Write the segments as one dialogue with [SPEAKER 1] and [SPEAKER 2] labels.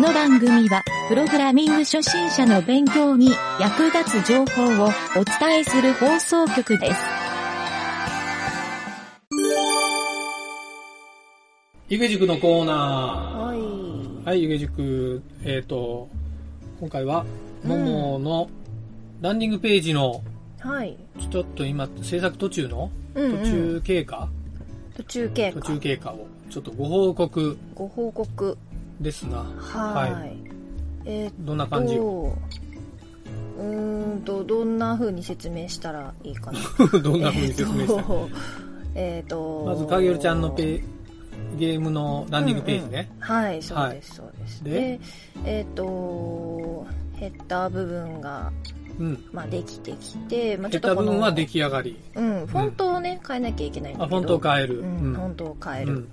[SPEAKER 1] の番組は、プログラミング初心者の勉強に役立つ情報をお伝えする放送局です。
[SPEAKER 2] ゆげ塾のコーナ
[SPEAKER 3] はい。
[SPEAKER 2] ー。はい、ゆげ塾、えっ、と、今回は、もものランディングページの、
[SPEAKER 3] はい。
[SPEAKER 2] ちょちょっと今、制作途中の、
[SPEAKER 3] うん、
[SPEAKER 2] 途中経過、
[SPEAKER 3] 途中経
[SPEAKER 2] 途
[SPEAKER 3] 過。
[SPEAKER 2] 中経過を、ちょっとご報告
[SPEAKER 3] ご報告。
[SPEAKER 2] ですが、
[SPEAKER 3] はい。
[SPEAKER 2] は
[SPEAKER 3] えーっ
[SPEAKER 2] どんな
[SPEAKER 3] と、
[SPEAKER 2] 感じを
[SPEAKER 3] うーんと、どんな風に説明したらいいかな。
[SPEAKER 2] どんな風に説明し
[SPEAKER 3] えーっ
[SPEAKER 2] たの
[SPEAKER 3] と、 えーっと
[SPEAKER 2] まず、かげるちゃんのペゲームのランディングページね。
[SPEAKER 3] はい、そうです、そうです。
[SPEAKER 2] で
[SPEAKER 3] で、えーっと、ヘッダー部分が、
[SPEAKER 2] うん。
[SPEAKER 3] まあ、できてきて、まあ、
[SPEAKER 2] 減った分は出
[SPEAKER 3] き
[SPEAKER 2] 来上がり。
[SPEAKER 3] うん、フォントをね、変えなきゃいけないんだ
[SPEAKER 2] あ、
[SPEAKER 3] け
[SPEAKER 2] フ
[SPEAKER 3] ど。
[SPEAKER 2] ォントを変える。
[SPEAKER 3] う、
[SPEAKER 2] うん
[SPEAKER 3] フォン
[SPEAKER 2] ん。
[SPEAKER 3] トを変
[SPEAKER 2] う
[SPEAKER 3] える
[SPEAKER 2] ん。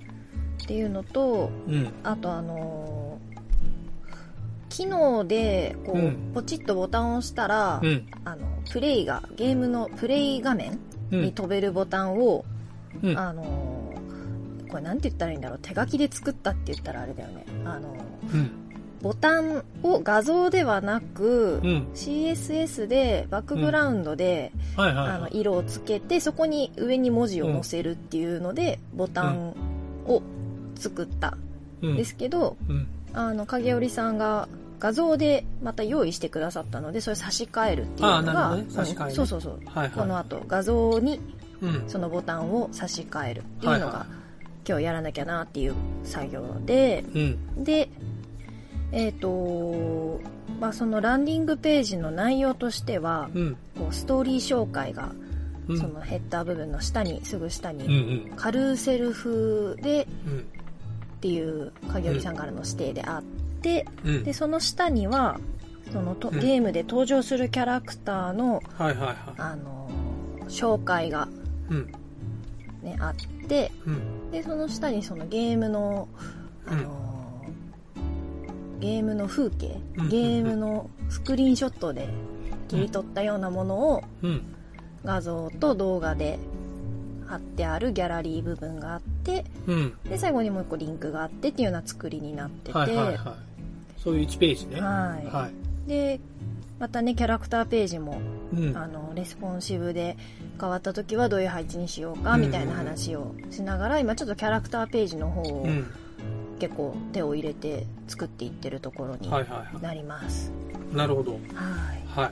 [SPEAKER 3] っていうのと、
[SPEAKER 2] うん。
[SPEAKER 3] あとあのー機能でこう、
[SPEAKER 2] うん
[SPEAKER 3] ポチッとボタンを押したら、
[SPEAKER 2] うん。
[SPEAKER 3] あのプレイがゲームのプレイ画面
[SPEAKER 2] う
[SPEAKER 3] に
[SPEAKER 2] ん。
[SPEAKER 3] 飛べるボタンを、
[SPEAKER 2] うん
[SPEAKER 3] あのーこれなんて言ったらいいんだろう手書きで作ったって言ったらあれだよねあのー
[SPEAKER 2] うん。
[SPEAKER 3] ボタンを画像ではなく、
[SPEAKER 2] うん。
[SPEAKER 3] CSS でバックグラウンドで、
[SPEAKER 2] はいはい
[SPEAKER 3] あ
[SPEAKER 2] は
[SPEAKER 3] の
[SPEAKER 2] い。
[SPEAKER 3] 色をつけてそこに上に文字を載せるっていうので、ボタンを作った
[SPEAKER 2] うんん
[SPEAKER 3] ですけど、
[SPEAKER 2] うん。
[SPEAKER 3] あの影織さんが画像でまた用意してくださったのでそれ差し替えるっていう
[SPEAKER 2] あー
[SPEAKER 3] の
[SPEAKER 2] な
[SPEAKER 3] が、
[SPEAKER 2] るほどね差し替える
[SPEAKER 3] うんそうそうそう、
[SPEAKER 2] はい
[SPEAKER 3] この
[SPEAKER 2] は
[SPEAKER 3] 後画像に
[SPEAKER 2] い。うん。
[SPEAKER 3] そのボタンを差し替えるっていうのが、
[SPEAKER 2] はいは
[SPEAKER 3] 今日やらなきゃなっていう作業で
[SPEAKER 2] うん。
[SPEAKER 3] でえっ、とまあそのランディングページの内容としては
[SPEAKER 2] うん。
[SPEAKER 3] こうストーリー紹介が
[SPEAKER 2] うん。
[SPEAKER 3] そのヘッダー部分の下にすぐ下
[SPEAKER 2] うんう
[SPEAKER 3] に
[SPEAKER 2] ん。
[SPEAKER 3] カルーセル風で
[SPEAKER 2] うん。
[SPEAKER 3] っていう影織さんからの指定であって、
[SPEAKER 2] うん
[SPEAKER 3] で。その下にはそのと
[SPEAKER 2] うん
[SPEAKER 3] ゲームで登場するキャラクターの、
[SPEAKER 2] はいはいは
[SPEAKER 3] あのー紹介が、
[SPEAKER 2] い。うん。
[SPEAKER 3] ね、あって
[SPEAKER 2] うん。
[SPEAKER 3] でその下にそのゲームの、あのーゲームの風景
[SPEAKER 2] うん
[SPEAKER 3] ゲームのスクリーンショットで切り取ったようなものを
[SPEAKER 2] うん。
[SPEAKER 3] 画像と動画で貼ってあるギャラリー部分があって
[SPEAKER 2] うん。
[SPEAKER 3] で最後にもう一個リンクがあってっていうような作りになってて。
[SPEAKER 2] はいはいはい。そういう1ページね。
[SPEAKER 3] はい
[SPEAKER 2] はい。
[SPEAKER 3] でまたねキャラクターページも
[SPEAKER 2] うん。
[SPEAKER 3] あのレスポンシブで変わった時はどういう配置にしようかみたいな話をしながら今ちょっとキャラクターページの方を
[SPEAKER 2] うん。
[SPEAKER 3] 結構手を入れて作っていってるところに
[SPEAKER 2] はいはいは
[SPEAKER 3] なります、
[SPEAKER 2] い。なるほど。
[SPEAKER 3] はい
[SPEAKER 2] はい。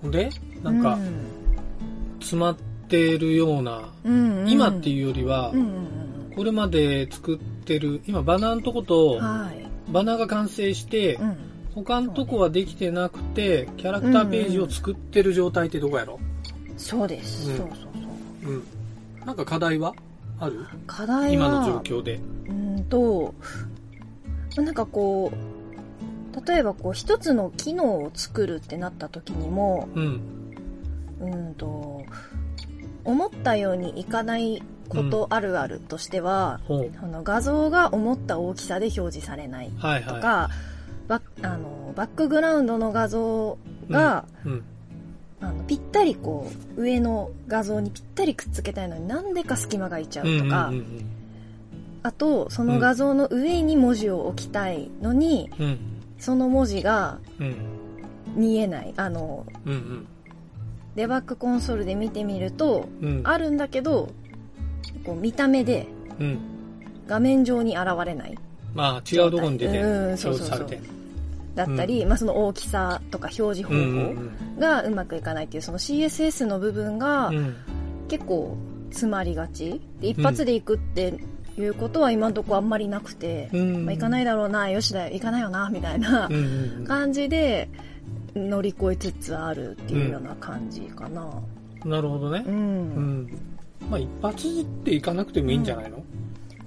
[SPEAKER 2] ほんで、なんか
[SPEAKER 3] う、
[SPEAKER 2] 詰まってるような、
[SPEAKER 3] うんうん
[SPEAKER 2] 今っていうよりは
[SPEAKER 3] うん、うん
[SPEAKER 2] これまで作ってる、今バナーのとこ
[SPEAKER 3] う
[SPEAKER 2] と
[SPEAKER 3] ん、はい
[SPEAKER 2] バナーが完成して
[SPEAKER 3] う、ん
[SPEAKER 2] 他のとこはできてなくて、キャラクターページを作ってる状態ってとこやろ
[SPEAKER 3] そうです、
[SPEAKER 2] うん
[SPEAKER 3] そうそうそう
[SPEAKER 2] うん。なんか課題はある
[SPEAKER 3] 課題は
[SPEAKER 2] 今の状況で。
[SPEAKER 3] うんとなんかこう例えばこう一つの機能を作るってなった時にも
[SPEAKER 2] うん。
[SPEAKER 3] うんと思ったようにいかないことあるあるとしては、
[SPEAKER 2] ほう。
[SPEAKER 3] その画像が思った大きさで表示されない
[SPEAKER 2] はい
[SPEAKER 3] と
[SPEAKER 2] は
[SPEAKER 3] か、バッあのバックグラウンドの画像が、
[SPEAKER 2] い。うん。
[SPEAKER 3] あのぴったりこう上の画像にぴったりくっつけたいのになんでか隙間が空いちゃうとか、
[SPEAKER 2] うんうん
[SPEAKER 3] あとその画像の上に文字を置きたいのに、
[SPEAKER 2] うんうん。
[SPEAKER 3] その文字が
[SPEAKER 2] うん。
[SPEAKER 3] 見えないあの
[SPEAKER 2] うん
[SPEAKER 3] デバッグコンソールで見てみると
[SPEAKER 2] うん。うん。
[SPEAKER 3] あるんだけどこう見た目で
[SPEAKER 2] うん。
[SPEAKER 3] 画面上に現れない
[SPEAKER 2] まあ、違うとこに出て、
[SPEAKER 3] うん
[SPEAKER 2] 表
[SPEAKER 3] そう
[SPEAKER 2] 示
[SPEAKER 3] そうそう
[SPEAKER 2] されて。
[SPEAKER 3] だったり、まあ、その大きさとか表示方
[SPEAKER 2] うんうん
[SPEAKER 3] 法がうまくいかないっていうその CSS の部分が
[SPEAKER 2] うん。うん。
[SPEAKER 3] 結構詰まりがちで一発でいくっていうことは今のとこあんまりなくて、
[SPEAKER 2] うん。
[SPEAKER 3] まあ、いかないだろうなよしだよいかないよなみたいな
[SPEAKER 2] うんうん
[SPEAKER 3] 感じで乗り越えつつあるっていうような感じかな。
[SPEAKER 2] うん。なるほどね
[SPEAKER 3] う。ん
[SPEAKER 2] うん。まあ、一発っていかなくてもいいんじゃないの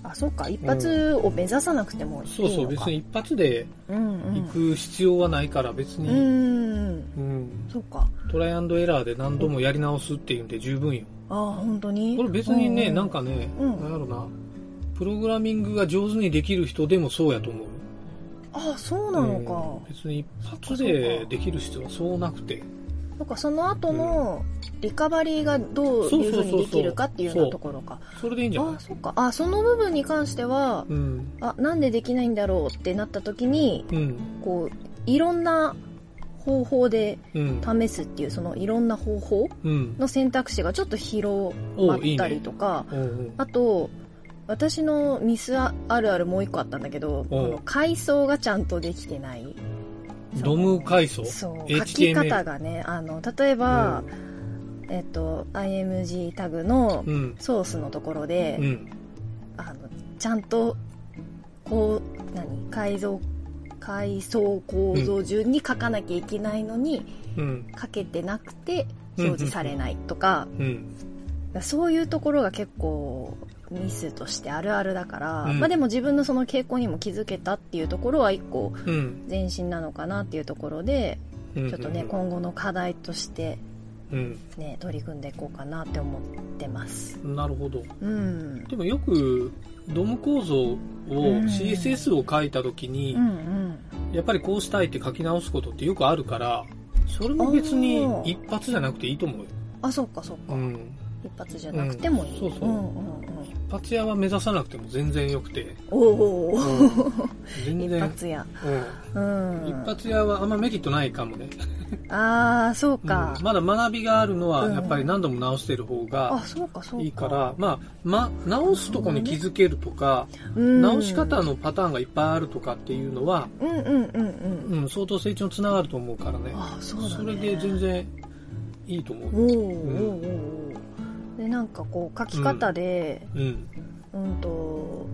[SPEAKER 3] あそうか一発を目指さなくてもいいのか
[SPEAKER 2] そうそう、別に一発で
[SPEAKER 3] うんうん
[SPEAKER 2] 行く必要はないから、別
[SPEAKER 3] うん
[SPEAKER 2] に。
[SPEAKER 3] うん
[SPEAKER 2] うん。
[SPEAKER 3] そうか
[SPEAKER 2] トライアンドエラーで何度もやり直すっていうんで十分よ。
[SPEAKER 3] ああ本当に
[SPEAKER 2] これ別にね、
[SPEAKER 3] う
[SPEAKER 2] なんかね、
[SPEAKER 3] うん
[SPEAKER 2] なんやろな、プログラミングが上手にできる人でもそうやと思う。
[SPEAKER 3] ああそうなのか、
[SPEAKER 2] うん別に一発でできる必要はそうなくて。
[SPEAKER 3] なんかその後のリカバリーがどういうふうにできるかっていうようなところか。
[SPEAKER 2] それでいいんじゃない
[SPEAKER 3] あ、そっか。あ、その部分に関しては、
[SPEAKER 2] うん。
[SPEAKER 3] あ、なんでできないんだろうってなった時に、
[SPEAKER 2] うん。
[SPEAKER 3] こう、いろんな方法で
[SPEAKER 2] うん。
[SPEAKER 3] 試すっていう、そのいろんな方法
[SPEAKER 2] うん。
[SPEAKER 3] の選択肢がちょっと広ま
[SPEAKER 2] お
[SPEAKER 3] っ
[SPEAKER 2] いい
[SPEAKER 3] たり
[SPEAKER 2] ね。
[SPEAKER 3] とか、
[SPEAKER 2] うんうん。
[SPEAKER 3] あと、私のミスあるあるもう一個あったんだけど、こ
[SPEAKER 2] おう
[SPEAKER 3] の階層がちゃんとできてない。
[SPEAKER 2] ドム階層
[SPEAKER 3] そう、
[SPEAKER 2] HTML
[SPEAKER 3] 書き方がね、あの、例えば、えっと、img タグの
[SPEAKER 2] うん。
[SPEAKER 3] ソースのところで、
[SPEAKER 2] うん。
[SPEAKER 3] あの、ちゃんと、こう、何改造、階層構造順に書かなきゃいけないのに、
[SPEAKER 2] うん。
[SPEAKER 3] 書けてなくて、表示されないとか、
[SPEAKER 2] うん。
[SPEAKER 3] そういうところが結構ミスとしてあるあるだから、
[SPEAKER 2] うん
[SPEAKER 3] まあでも自分のその傾向にも気づけたっていうところは一個
[SPEAKER 2] うん。
[SPEAKER 3] 前進なのかなっていうところで、
[SPEAKER 2] うん。
[SPEAKER 3] ちょっとね、今後の課題として
[SPEAKER 2] うん。
[SPEAKER 3] ね、取り組んでいこうかなって思ってます。
[SPEAKER 2] なるほど。
[SPEAKER 3] うん。
[SPEAKER 2] でもよく、ドム構造を、
[SPEAKER 3] ん
[SPEAKER 2] CSS を書いたときに
[SPEAKER 3] うんう、ん。
[SPEAKER 2] やっぱりこうしたいって書き直すことってよくあるから、それも別に
[SPEAKER 3] あー
[SPEAKER 2] 一発じゃなくていいと思うよ。
[SPEAKER 3] あ、そうかそうか。
[SPEAKER 2] うん。
[SPEAKER 3] 一発じゃなくてもいい。
[SPEAKER 2] うんそうそうん
[SPEAKER 3] うんうん。
[SPEAKER 2] 一発屋は目指さなくても全然よくて。
[SPEAKER 3] おお、
[SPEAKER 2] 全
[SPEAKER 3] 一
[SPEAKER 2] 然。
[SPEAKER 3] 発や。
[SPEAKER 2] う。
[SPEAKER 3] うんん。
[SPEAKER 2] 一発屋はあんまメリットないかもね。
[SPEAKER 3] ああ、そうか
[SPEAKER 2] うん。まだ学びがあるのは、
[SPEAKER 3] うん
[SPEAKER 2] やっぱり何度も直してる方
[SPEAKER 3] あ、
[SPEAKER 2] が
[SPEAKER 3] そうかそうか。
[SPEAKER 2] いいから、まあ、ま、直すとこに気づけるとか、
[SPEAKER 3] うん、
[SPEAKER 2] 直し方のパターンがいっぱいあるとかっていうのは、
[SPEAKER 3] うんうんうんうん。
[SPEAKER 2] うん、相当成長につながると思うからね。
[SPEAKER 3] あそうだね
[SPEAKER 2] それで全然いいと思
[SPEAKER 3] おー
[SPEAKER 2] う。
[SPEAKER 3] おーおーおーでなんかこう書き方で、
[SPEAKER 2] うん。
[SPEAKER 3] うん、と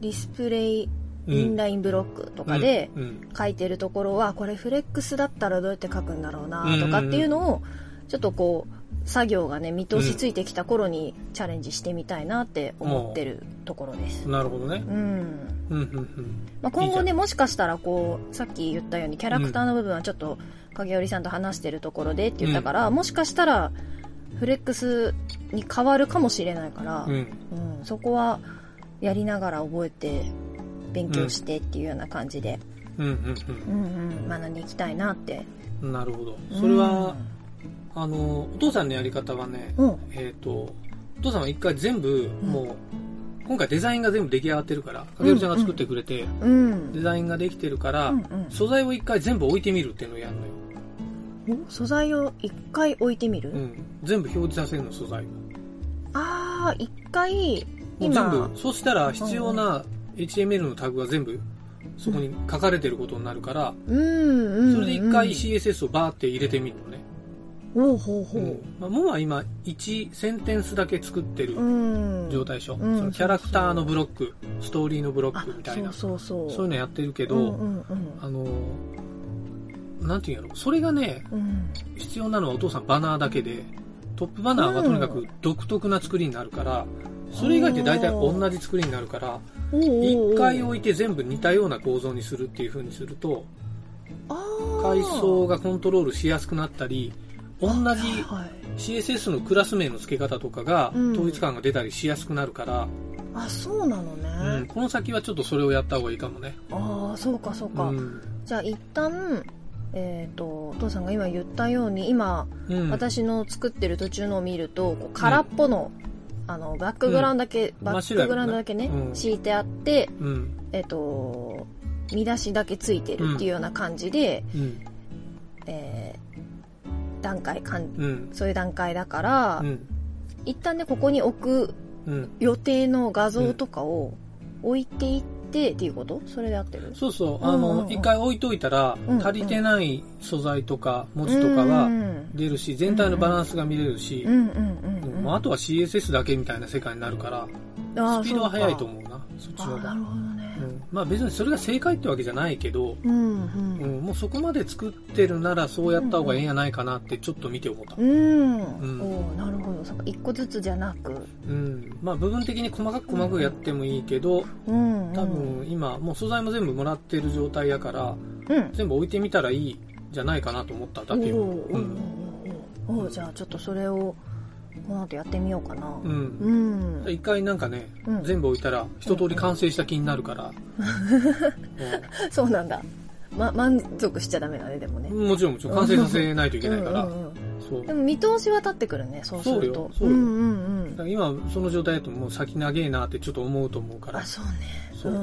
[SPEAKER 3] ディスプレイ
[SPEAKER 2] うん
[SPEAKER 3] インラインブロックとかで
[SPEAKER 2] うん。
[SPEAKER 3] 書いてるところはこれフレックスだったらどうやって書くんだろうなとかっていうのをちょっとこう作業がね見通しついてきた頃にチャレンジしてみたいなって思ってるところです
[SPEAKER 2] うん。なるほどね。
[SPEAKER 3] うん、
[SPEAKER 2] うん、うん、
[SPEAKER 3] まあ、今
[SPEAKER 2] いい
[SPEAKER 3] 後
[SPEAKER 2] じ
[SPEAKER 3] ねもしかしたらこうさっき言ったようにキャラクターの部分はちょっと影織さんと話してるところでって言ったから、もしかしたらフレックスに変わるかもしれないから、
[SPEAKER 2] う。
[SPEAKER 3] うんん
[SPEAKER 2] うん。
[SPEAKER 3] そこはやりながら覚えて勉強してっていうような感じで、
[SPEAKER 2] うん、うん、
[SPEAKER 3] うんうん、学んでいきたいなって
[SPEAKER 2] うん。なるほど。それは、あの、お父さんのやり方はね、
[SPEAKER 3] うん、うん
[SPEAKER 2] えっ、と、お父さんは一回全部、
[SPEAKER 3] ん
[SPEAKER 2] もう、今回デザインが全部出来上がってるから、かけるちゃんが作ってくれて、
[SPEAKER 3] うん
[SPEAKER 2] デザインができてるから、
[SPEAKER 3] うん
[SPEAKER 2] 素材を一回全部置いてみるっていうのをやるのよ。
[SPEAKER 3] うんお素材を一回置いてみる、
[SPEAKER 2] うん。全部表示させるの、素材。
[SPEAKER 3] ああ一回
[SPEAKER 2] もう
[SPEAKER 3] 今
[SPEAKER 2] 全部、そうしたら必要な HTML のタグが全部、そこに書かれてることになるから、
[SPEAKER 3] うんうん、うん、
[SPEAKER 2] それで一回 CSS をバーって入れてみるのね。
[SPEAKER 3] おうほうほ
[SPEAKER 2] う
[SPEAKER 3] う、
[SPEAKER 2] ん。まあ、もは今、1センテンスだけ作ってる
[SPEAKER 3] うん
[SPEAKER 2] 状態でしょ。
[SPEAKER 3] うん
[SPEAKER 2] そのキャラクターのブロック、ストーリーのブロックみたいな。
[SPEAKER 3] あそうそうそう
[SPEAKER 2] そういうのやってるけど、
[SPEAKER 3] うんうんうん
[SPEAKER 2] あの、なんていうんやろ、それがね、
[SPEAKER 3] うん
[SPEAKER 2] 必要なのはお父さんバナーだけで、トップバナーはとにかく独特な作りになるから、それ以外って大体同じ作りになるから、
[SPEAKER 3] おうおうおう
[SPEAKER 2] 一回置いて全部似たような構造にするっていう風にすると、
[SPEAKER 3] あー
[SPEAKER 2] 階層がコントロールしやすくなったり、同じ
[SPEAKER 3] はい
[SPEAKER 2] CSS のクラス名の付け方とかが
[SPEAKER 3] うん
[SPEAKER 2] 統一感が出たりしやすくなるから、
[SPEAKER 3] あそうなのね、
[SPEAKER 2] うんこの先はちょっとそれをやった方がいいかもね。
[SPEAKER 3] ああそうかそう
[SPEAKER 2] う
[SPEAKER 3] か、
[SPEAKER 2] ん。
[SPEAKER 3] じゃあ一旦えっ、とお父さんが今言ったように今、
[SPEAKER 2] うん、
[SPEAKER 3] 私の作ってる途中のを見るとこう空っぽの、あのバックグラウンドだけ、
[SPEAKER 2] ん
[SPEAKER 3] バックグラウンドだけね、
[SPEAKER 2] 真っ白いやつねうん
[SPEAKER 3] 敷いてあって
[SPEAKER 2] うん。
[SPEAKER 3] えっ、と見出しだけついてるっていうような感じで、
[SPEAKER 2] うん。
[SPEAKER 3] えー段階かん
[SPEAKER 2] うん。
[SPEAKER 3] そういう段階だから、
[SPEAKER 2] うん。
[SPEAKER 3] 一旦ねここに置く
[SPEAKER 2] うん。
[SPEAKER 3] 予定の画像とかを置いていってっていうことそれで合ってる
[SPEAKER 2] そうそう。
[SPEAKER 3] うん
[SPEAKER 2] あ
[SPEAKER 3] うんう
[SPEAKER 2] の、
[SPEAKER 3] ん
[SPEAKER 2] 一回置いといたら
[SPEAKER 3] うん、
[SPEAKER 2] 足りてない素材とか文字とかは
[SPEAKER 3] うん
[SPEAKER 2] 出るし、全体のバランスが見れるし
[SPEAKER 3] う、んうんうん、
[SPEAKER 2] うんまああとは CSS だけみたいな世界になるから、スピードは速いと思うな、そっち
[SPEAKER 3] あ
[SPEAKER 2] の
[SPEAKER 3] ーな
[SPEAKER 2] 方が
[SPEAKER 3] る。ほどね
[SPEAKER 2] うんまあ別にそれが正解ってわけじゃないけど、
[SPEAKER 3] うん
[SPEAKER 2] う
[SPEAKER 3] うん
[SPEAKER 2] ん、もうそこまで作ってるならそうやった方がええんやないかなってちょっと見て思った。
[SPEAKER 3] うん、
[SPEAKER 2] うん
[SPEAKER 3] おーなるほどそっか一個ずつじゃなく
[SPEAKER 2] うん。まあ部分的に細かく細かくやってもいいけど、
[SPEAKER 3] うん、うん、
[SPEAKER 2] 多分今もう素材も全部もらってる状態やから、
[SPEAKER 3] うん
[SPEAKER 2] 全部置いてみたらいいじゃないかなと思っただけ
[SPEAKER 3] おー
[SPEAKER 2] よ。
[SPEAKER 3] おーおーおーおーじゃあちょっとそれをこの後やってみようかなう
[SPEAKER 2] う。
[SPEAKER 3] んん、
[SPEAKER 2] 一回なんかね、
[SPEAKER 3] うん
[SPEAKER 2] 全部置いたら一通り完成した気になるから。うん
[SPEAKER 3] そうなんだま、満足しちゃダメだねでもね、
[SPEAKER 2] もちろんもちろん完成させないといけないから、
[SPEAKER 3] うんうんうん
[SPEAKER 2] そう
[SPEAKER 3] でも見通しは立ってくるねそうすると
[SPEAKER 2] そうよそうよ
[SPEAKER 3] んうんうん
[SPEAKER 2] だから今その状態だともう先長えなってちょっと思うと思うから
[SPEAKER 3] あそうね
[SPEAKER 2] そう
[SPEAKER 3] うん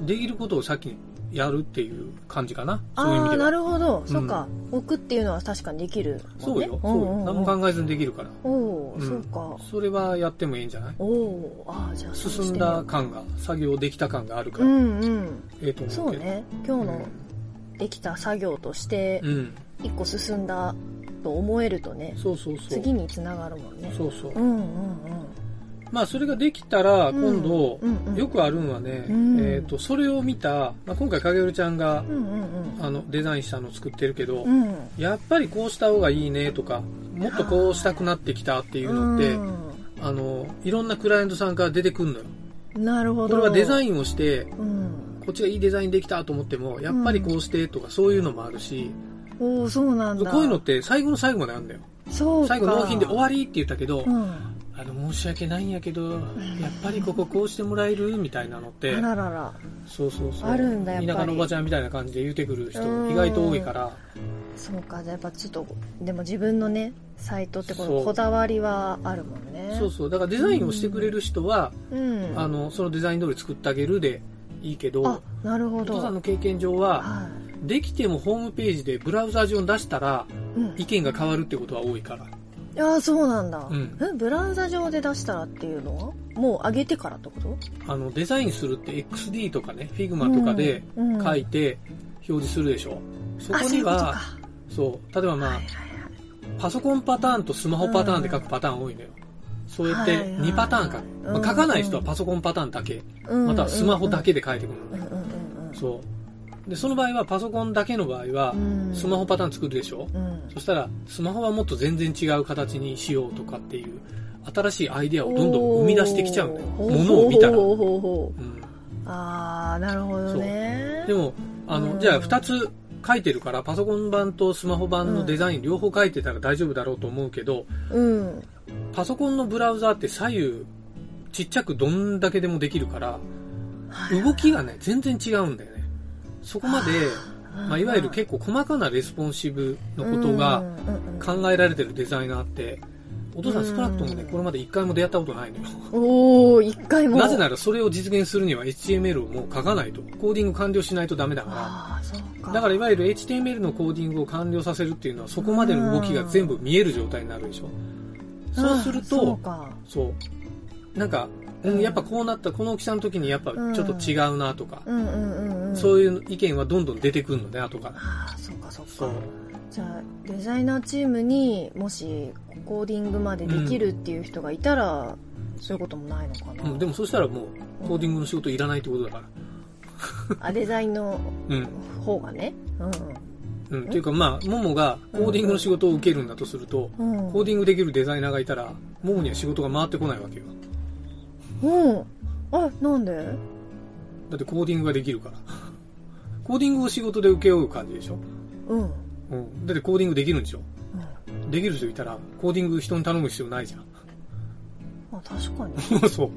[SPEAKER 3] うん
[SPEAKER 2] できることを先にやるっていう感じかなそういう意
[SPEAKER 3] あ
[SPEAKER 2] 味
[SPEAKER 3] あ
[SPEAKER 2] で
[SPEAKER 3] な
[SPEAKER 2] は
[SPEAKER 3] るほど、そっか置くっていうのは確かにできるも
[SPEAKER 2] そ
[SPEAKER 3] ん
[SPEAKER 2] う
[SPEAKER 3] ね
[SPEAKER 2] よそうよ何も
[SPEAKER 3] んんん
[SPEAKER 2] 考えずにできるから
[SPEAKER 3] おお、
[SPEAKER 2] うん
[SPEAKER 3] そうか
[SPEAKER 2] それはやってもいいんじゃない
[SPEAKER 3] おおああじゃあそう
[SPEAKER 2] 進
[SPEAKER 3] し
[SPEAKER 2] ん
[SPEAKER 3] てみよ
[SPEAKER 2] だ
[SPEAKER 3] う
[SPEAKER 2] 感が作業できた感がある
[SPEAKER 3] う
[SPEAKER 2] から
[SPEAKER 3] んうん
[SPEAKER 2] ええと思
[SPEAKER 3] そうう
[SPEAKER 2] けど
[SPEAKER 3] ね今日のできた作業として
[SPEAKER 2] うんうん
[SPEAKER 3] 一個進んだと思えるとね
[SPEAKER 2] そうそうそう
[SPEAKER 3] 次につながるもんね
[SPEAKER 2] そうそう
[SPEAKER 3] うんうんうん
[SPEAKER 2] まあそれができたら
[SPEAKER 3] うん
[SPEAKER 2] 今度
[SPEAKER 3] うんうん
[SPEAKER 2] よくあるんはね
[SPEAKER 3] うん
[SPEAKER 2] えっとそれを見たまあ今回影るちゃんが
[SPEAKER 3] うんうん
[SPEAKER 2] あのデザインしたの作ってるけど
[SPEAKER 3] うんうん
[SPEAKER 2] やっぱりこうした方がいいねとかもっとこうしたくなってきたっていうのってあのいろんなクライアントさんから出てくるのよ
[SPEAKER 3] うんなるほ
[SPEAKER 2] こ
[SPEAKER 3] ど
[SPEAKER 2] れはデザ
[SPEAKER 3] イン
[SPEAKER 2] インをして
[SPEAKER 3] うん
[SPEAKER 2] こっちがいいデザインできたと思ってもやっぱりこうしてとかそういうのもあるし、
[SPEAKER 3] おおそうなんだ
[SPEAKER 2] こういうのって最後の最後まであるんだよ
[SPEAKER 3] そうか
[SPEAKER 2] 最後納品で終わりって言ったけど、
[SPEAKER 3] うん
[SPEAKER 2] あの申し訳ないんやけどやっぱりこここうしてもらえるみたいなのって
[SPEAKER 3] あららら
[SPEAKER 2] そうそうそう
[SPEAKER 3] あるんだやっぱり
[SPEAKER 2] 田舎のおばちゃんみたいな感じで言うてくる人
[SPEAKER 3] うん
[SPEAKER 2] 意外と多いから
[SPEAKER 3] そうかじゃあやっぱちょっとでも自分のねサイトってこ
[SPEAKER 2] そ
[SPEAKER 3] の
[SPEAKER 2] う
[SPEAKER 3] こだわりはあるもんね
[SPEAKER 2] そうそうだからデザインをしてくれる人は、
[SPEAKER 3] うん
[SPEAKER 2] あのそのデザイン通り作ってあげるでいいけど
[SPEAKER 3] あなるほ
[SPEAKER 2] お
[SPEAKER 3] ど
[SPEAKER 2] 父さんの経験上は
[SPEAKER 3] は
[SPEAKER 2] できてもホームページでブラウザ上に出したら
[SPEAKER 3] い、うん、
[SPEAKER 2] 意見が変わるってことは多いから
[SPEAKER 3] ああそうなんだ、
[SPEAKER 2] うん
[SPEAKER 3] えブラウザ上で出したらっていうのはもう上げてからってこと
[SPEAKER 2] あのデザインするって XD とかね Figma とかで
[SPEAKER 3] うんうん
[SPEAKER 2] 書いて表示するでしょ、そこ
[SPEAKER 3] あそうい
[SPEAKER 2] に
[SPEAKER 3] うこと
[SPEAKER 2] は
[SPEAKER 3] か
[SPEAKER 2] そう例えばまあ、
[SPEAKER 3] はいはいはい
[SPEAKER 2] パソコンパターンとスマホパターンで書くパターン多いのよ、そうやって
[SPEAKER 3] はいはいはい
[SPEAKER 2] 2パターン書く、
[SPEAKER 3] うんうん
[SPEAKER 2] まあ書かない人はパソコンパターンだけ、
[SPEAKER 3] うん
[SPEAKER 2] またはスマホだけで書いてくるの
[SPEAKER 3] うん
[SPEAKER 2] ね
[SPEAKER 3] う、んうんうん
[SPEAKER 2] そうでその場合はパソコンだけの場合は
[SPEAKER 3] うん
[SPEAKER 2] スマホパターン作るでしょ、
[SPEAKER 3] うん
[SPEAKER 2] そしたらスマホはもっと全然違う形にしようとかっていう新しいアイデアをどんどん生み出してきちゃうんだよ
[SPEAKER 3] おー
[SPEAKER 2] ものを見たら、
[SPEAKER 3] ほうほうほうほ
[SPEAKER 2] うん
[SPEAKER 3] うああなるほどね
[SPEAKER 2] でもあの、
[SPEAKER 3] うん
[SPEAKER 2] じゃあ2つ書いてるからパソコン版とスマホ版のデザイン両方書いてたら大丈夫だろうと思うけど、
[SPEAKER 3] うん
[SPEAKER 2] パソコンのブラウザーって左右ちっちゃくどんだけでもできるから動きがね全然違うんだよねそこまで、まあ、いわゆる結構細かなレスポンシブのこと
[SPEAKER 3] う
[SPEAKER 2] が
[SPEAKER 3] んうんうん
[SPEAKER 2] 考えられてるデザイナーってお父さん少なくともね
[SPEAKER 3] うん
[SPEAKER 2] これまで一回も出会ったことないのよ
[SPEAKER 3] おお一回も
[SPEAKER 2] なぜならそれを実現するには HTML をもう書かないとコーディング完了しないとダメだから
[SPEAKER 3] ああそうか
[SPEAKER 2] だからいわゆる HTML のコーディングを完了させるっていうのはそこまでの動きが全部見える状態になるでしょそうする
[SPEAKER 3] あーそう
[SPEAKER 2] と
[SPEAKER 3] か
[SPEAKER 2] そうなんか、
[SPEAKER 3] うん
[SPEAKER 2] やっぱこうなったこの大きさの時にやっぱちょっと違うなとか、
[SPEAKER 3] うんうんうんうん
[SPEAKER 2] そういう意見はどんどん出てくるのね後から
[SPEAKER 3] ああそうかそうか
[SPEAKER 2] そう
[SPEAKER 3] じゃあデザイナーチームにもしコーディングまでできるっていう人がいたら、そういうこともないのかな、
[SPEAKER 2] うん、でもそしたらもうコーディングの仕事いらないってことだから
[SPEAKER 3] あデザインの
[SPEAKER 2] うん、
[SPEAKER 3] 方がね
[SPEAKER 2] うん、っていうかまあももがコーディングの仕事を受けるんだとすると、
[SPEAKER 3] うんうん
[SPEAKER 2] コーディングできるデザイナーがいたらももには仕事が回ってこないわけよ
[SPEAKER 3] うんあなんで
[SPEAKER 2] だってコーディングができるから コーディングを仕事で請け負う感じでしょ
[SPEAKER 3] うん、うん、
[SPEAKER 2] うん、だってコーディングできるんでしょできる人いたらコーディング人に頼む必要ないじゃ
[SPEAKER 3] あ確かに
[SPEAKER 2] ん そう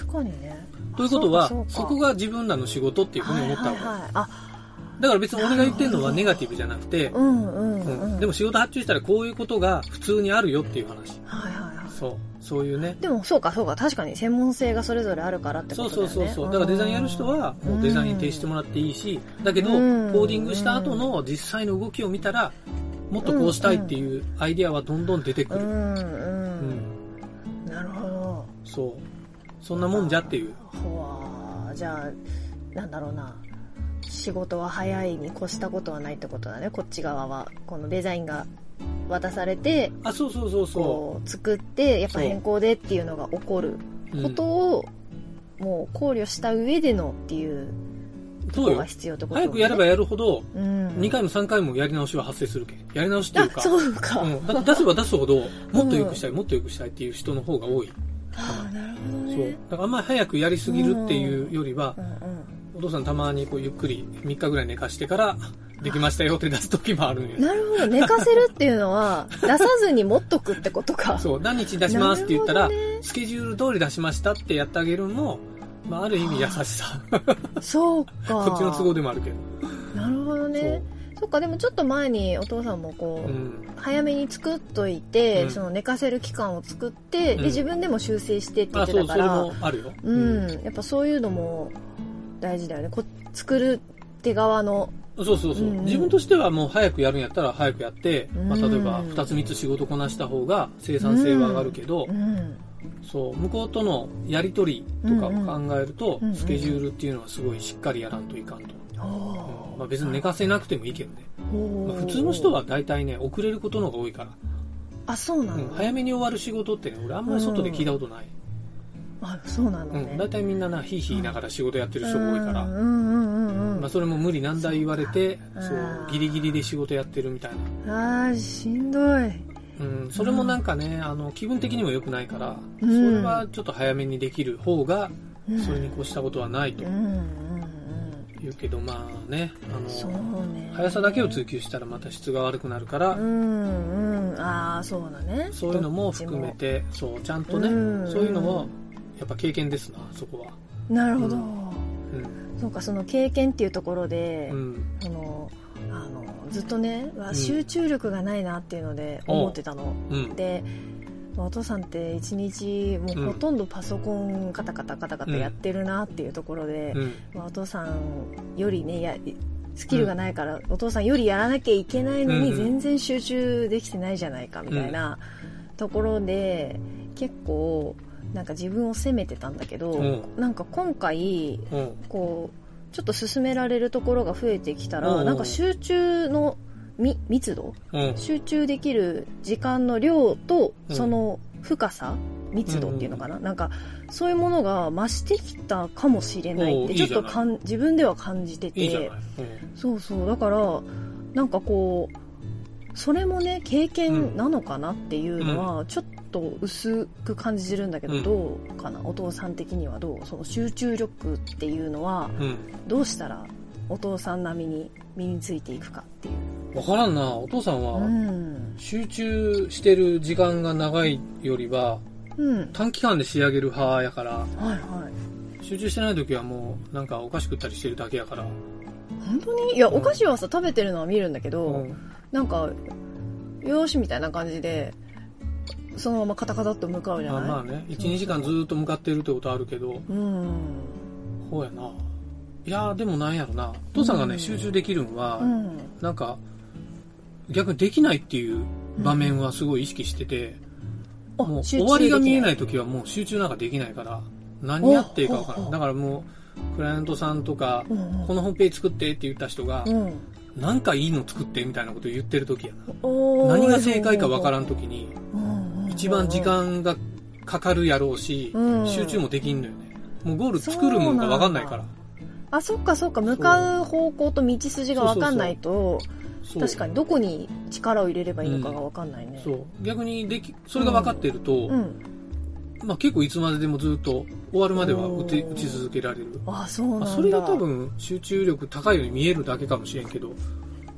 [SPEAKER 3] 確かにね
[SPEAKER 2] ということは
[SPEAKER 3] そう
[SPEAKER 2] そ
[SPEAKER 3] かそうか
[SPEAKER 2] こが自分らの仕事っていうふうに思ったわ
[SPEAKER 3] はい
[SPEAKER 2] け、
[SPEAKER 3] はいはいあ
[SPEAKER 2] だから別に俺が言ってるのはネガティブじゃなくて、
[SPEAKER 3] うんうん
[SPEAKER 2] う
[SPEAKER 3] うんん、
[SPEAKER 2] でも仕事発注したらこういうことが普通にあるよっていう話
[SPEAKER 3] はいはいはい
[SPEAKER 2] そうそういうね
[SPEAKER 3] でもそうかそうか確かに専門性がそれぞれあるからって
[SPEAKER 2] そ
[SPEAKER 3] こ
[SPEAKER 2] う
[SPEAKER 3] とだよ
[SPEAKER 2] そう
[SPEAKER 3] ね
[SPEAKER 2] そうそうだからデザインやる人はもうデザイン提してもらっていいしだけどコ
[SPEAKER 3] うん
[SPEAKER 2] ーディングした後の実際の動きを見たらもっとこうしたいっていうアイデアはどんどん出てく
[SPEAKER 3] う
[SPEAKER 2] る、
[SPEAKER 3] んう、
[SPEAKER 2] うんん、
[SPEAKER 3] なるほど
[SPEAKER 2] そうそんなもんじゃっていう
[SPEAKER 3] ほわーじゃあなんだろうな仕事は早いに越したことはないってことだねこっち側はこのデザインが渡されて
[SPEAKER 2] あそうそうそうそ
[SPEAKER 3] こう作ってやっぱ
[SPEAKER 2] そう
[SPEAKER 3] 変更でっていうのが起こる
[SPEAKER 2] う、うん
[SPEAKER 3] ことを、もう考慮した上でのっていうとこ
[SPEAKER 2] そう
[SPEAKER 3] ろ
[SPEAKER 2] よ
[SPEAKER 3] が必要ってことだ
[SPEAKER 2] 早
[SPEAKER 3] よね
[SPEAKER 2] くやればやるほど、
[SPEAKER 3] うん
[SPEAKER 2] 2回も3回もやり直しは発生するけん。やり直しっていう
[SPEAKER 3] あ
[SPEAKER 2] か、
[SPEAKER 3] そうか、
[SPEAKER 2] うん、だって出せば出すほど、もっと良くしたい、もっと良くしたいっていう人の方が多い。
[SPEAKER 3] ああなるほどね
[SPEAKER 2] そう。だからあんまり早くやりすぎるっていうよりは、
[SPEAKER 3] うんうん
[SPEAKER 2] お父さんたまにこうゆっくり3日ぐらい寝かしてから、できましたよって出す時もあるんよ。
[SPEAKER 3] なるほど寝かせるっていうのは出さずに持っとくってことか
[SPEAKER 2] そう、何日出しますって言ったら、
[SPEAKER 3] なるほどね
[SPEAKER 2] スケジュール通り出しましたってやってあげるのも、まあ、ある意味優しさ。
[SPEAKER 3] そうか
[SPEAKER 2] こっちの都合でもあるけど。
[SPEAKER 3] なるほどねそっかでもちょっと前にお父さんもこ
[SPEAKER 2] そう
[SPEAKER 3] う、
[SPEAKER 2] うん
[SPEAKER 3] 早めに作っといて、
[SPEAKER 2] うん
[SPEAKER 3] その寝かせる期間を作って、
[SPEAKER 2] うん
[SPEAKER 3] で自分でも修正してって言
[SPEAKER 2] あ
[SPEAKER 3] って
[SPEAKER 2] そ
[SPEAKER 3] た
[SPEAKER 2] うそ
[SPEAKER 3] か
[SPEAKER 2] れ
[SPEAKER 3] ら
[SPEAKER 2] もあるよ
[SPEAKER 3] うん、やっぱそういうのも大事だよねこ作る手側の
[SPEAKER 2] そうそうそう、
[SPEAKER 3] うんうん
[SPEAKER 2] 自分としてはもう早くやるんやったら早くやって、ま
[SPEAKER 3] う
[SPEAKER 2] あ、
[SPEAKER 3] ん
[SPEAKER 2] 例えば2つ3つ仕事こなした方が生産性は上がるけど、
[SPEAKER 3] うん
[SPEAKER 2] そう向こうとのやり取りとかを考えると、
[SPEAKER 3] うんうん
[SPEAKER 2] スケジュールっていうのはすごいしっかりやらんといかんと、
[SPEAKER 3] お
[SPEAKER 2] うん
[SPEAKER 3] ー
[SPEAKER 2] まあ、別に寝かせなくてもいいけどね、
[SPEAKER 3] お
[SPEAKER 2] まあ、
[SPEAKER 3] ー
[SPEAKER 2] 普通の人は大体ね遅れることの方が多いから、
[SPEAKER 3] あそうな
[SPEAKER 2] う
[SPEAKER 3] の、
[SPEAKER 2] ん、早めに終わる仕事ってね俺あんまり外で聞いたことない、
[SPEAKER 3] あそうなの
[SPEAKER 2] う
[SPEAKER 3] ね、
[SPEAKER 2] ん大体みんななひいひい言いながら仕事やってる人が多いから、
[SPEAKER 3] うんうんうんうん、
[SPEAKER 2] まあ、それも無理難題言われて
[SPEAKER 3] そうか
[SPEAKER 2] そう
[SPEAKER 3] あー
[SPEAKER 2] ギリギリで仕事やってるみたいな
[SPEAKER 3] あーしんどい
[SPEAKER 2] うん、それもなんかね、あの、気分的にも良くないから、
[SPEAKER 3] うん
[SPEAKER 2] それはちょっと早めにできる方が、
[SPEAKER 3] うん
[SPEAKER 2] それに越したことはないと
[SPEAKER 3] うんうんうん
[SPEAKER 2] 言うけど、まあね、あ
[SPEAKER 3] そう
[SPEAKER 2] の、
[SPEAKER 3] ね
[SPEAKER 2] 速さだけを追求したらまた質が悪くなるから、
[SPEAKER 3] うんうんああそうだね
[SPEAKER 2] そういうのも含めて、そう、ちゃんとね、
[SPEAKER 3] うん
[SPEAKER 2] そういうのも、やっぱ経験ですな、そこは。
[SPEAKER 3] なるほど、
[SPEAKER 2] ううん。
[SPEAKER 3] そうかその経験っていうところで、
[SPEAKER 2] うん。
[SPEAKER 3] そのあのずっとねうわ
[SPEAKER 2] うん
[SPEAKER 3] 集中力がないなっていうので思ってたの、
[SPEAKER 2] うん。
[SPEAKER 3] でお父さんって一日もうほとんどパソコンカタカタカタカタやってるなっていうところで、
[SPEAKER 2] うん。
[SPEAKER 3] まあ、お父さんよりねやスキルがないから、お父さんよりやらなきゃいけないのに
[SPEAKER 2] うんう
[SPEAKER 3] 全
[SPEAKER 2] ん
[SPEAKER 3] 然集中できてないじゃないかみたいなところで、結構なんか自分を責めてたんだけど、
[SPEAKER 2] うん
[SPEAKER 3] なんか今回
[SPEAKER 2] うん。
[SPEAKER 3] こうちょっと進められるところが増えてきたら、
[SPEAKER 2] うん
[SPEAKER 3] なんか集中のみ密度
[SPEAKER 2] うん。
[SPEAKER 3] 集中できる時間の量と
[SPEAKER 2] うん
[SPEAKER 3] その深さ、密度っていうのかな、なんかそういうものが増してきたかもしれないっ
[SPEAKER 2] おー
[SPEAKER 3] て
[SPEAKER 2] いい
[SPEAKER 3] ちょっ
[SPEAKER 2] じゃ
[SPEAKER 3] と
[SPEAKER 2] ない
[SPEAKER 3] かん自分では感じてて
[SPEAKER 2] いいじゃない。
[SPEAKER 3] そうそうだからなんかこうそれもね経験なのかなっていうのは、ちょっと薄く感じるんだけど、
[SPEAKER 2] うん
[SPEAKER 3] どうかなお父さん的にはどうその集中力っていうのは
[SPEAKER 2] うん。
[SPEAKER 3] どうしたらお父さん並みに身についていくかっていう。
[SPEAKER 2] うん。わからんな、お父さん
[SPEAKER 3] う
[SPEAKER 2] は、
[SPEAKER 3] ん
[SPEAKER 2] 集中してる時間が長いよりは、
[SPEAKER 3] うん、
[SPEAKER 2] 短期間で仕上げる派やから、
[SPEAKER 3] はいはい
[SPEAKER 2] 集中してない時はもうなんかお菓子食ったりしてるだけやから、
[SPEAKER 3] 本当にいや、
[SPEAKER 2] うん
[SPEAKER 3] お菓子はさ食べてるのは見るんだけど、なんかよーしみたいな感じでそのままカタカタっと向かうじゃ
[SPEAKER 2] まあ
[SPEAKER 3] ない、
[SPEAKER 2] まあね12時間ずーっと向かってるってことあるけど
[SPEAKER 3] うん
[SPEAKER 2] ほうやないやーでもなんやろなお父さんがね、
[SPEAKER 3] うん
[SPEAKER 2] 集中できるんは、
[SPEAKER 3] うん
[SPEAKER 2] なんか逆にできないっていう場面はすごい意識してて、
[SPEAKER 3] あ
[SPEAKER 2] もう
[SPEAKER 3] 集
[SPEAKER 2] 終
[SPEAKER 3] 中
[SPEAKER 2] わりが
[SPEAKER 3] でき
[SPEAKER 2] 見
[SPEAKER 3] ない
[SPEAKER 2] えない時はもう集中なんかできないから何やっていいかわから
[SPEAKER 3] お
[SPEAKER 2] な
[SPEAKER 3] ほ
[SPEAKER 2] いうだからもうクライアントさんとか、
[SPEAKER 3] うん
[SPEAKER 2] このホームページ作ってって言った人が、
[SPEAKER 3] うん
[SPEAKER 2] なんかいいの作ってみたいなこと言ってる時やな
[SPEAKER 3] おー
[SPEAKER 2] 何が正解かわからん時に
[SPEAKER 3] うんうん
[SPEAKER 2] 一番時間がかかるやろうし、
[SPEAKER 3] うん
[SPEAKER 2] 集中もできんのよね。もうゴール作るもんがわかんないから。
[SPEAKER 3] あそっかそっか向かう方向と道筋が分かんないと
[SPEAKER 2] そう
[SPEAKER 3] 確かにどこに力を入れればいいのかが分かんないね、
[SPEAKER 2] そう。逆にでき、それが分かってると、
[SPEAKER 3] うん
[SPEAKER 2] まあ結構いつまででもずっと終わるまでは打て
[SPEAKER 3] おー
[SPEAKER 2] 打ち続けられる。
[SPEAKER 3] あそうなん
[SPEAKER 2] まあ、
[SPEAKER 3] だ、
[SPEAKER 2] それが多分集中力高いように見えるだけかもしれんけど、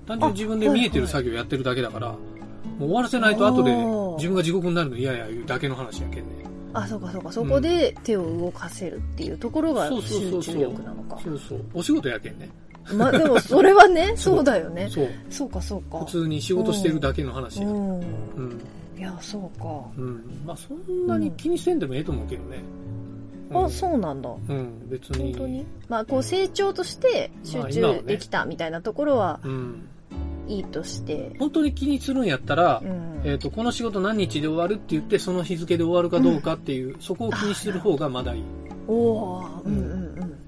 [SPEAKER 2] 単純に自分で見えてる作業やってるだけだから、もう終わらせないと後で
[SPEAKER 3] おー
[SPEAKER 2] 自分が地獄になるの嫌やいうだけの話やけんね。
[SPEAKER 3] あそうかそうかそこで手を動かせるっていうところが
[SPEAKER 2] そうそうそう
[SPEAKER 3] 集
[SPEAKER 2] そう
[SPEAKER 3] 中力なのか
[SPEAKER 2] そうそう。お仕事やけんね。
[SPEAKER 3] まあでもそれはねそうだよね
[SPEAKER 2] そう。
[SPEAKER 3] そうかそうか
[SPEAKER 2] 普通に仕事してるだけの話や。
[SPEAKER 3] うん
[SPEAKER 2] うん
[SPEAKER 3] いやそうか、
[SPEAKER 2] うん、まあそんなに気にせんでもええと思うけどね。
[SPEAKER 3] あそうなんだ
[SPEAKER 2] うん。うん、別に。
[SPEAKER 3] 本当にまあこう成長として集
[SPEAKER 2] まあ今はね
[SPEAKER 3] 中できたみたいなところは
[SPEAKER 2] うん。
[SPEAKER 3] いいとして、
[SPEAKER 2] 本当に気にするんやったら、
[SPEAKER 3] うん
[SPEAKER 2] えっ、と、この仕事何日で終わるって言って、その日付で終わるかどうかっていう、そこを気にする方がまだいい。
[SPEAKER 3] おおうんうんうん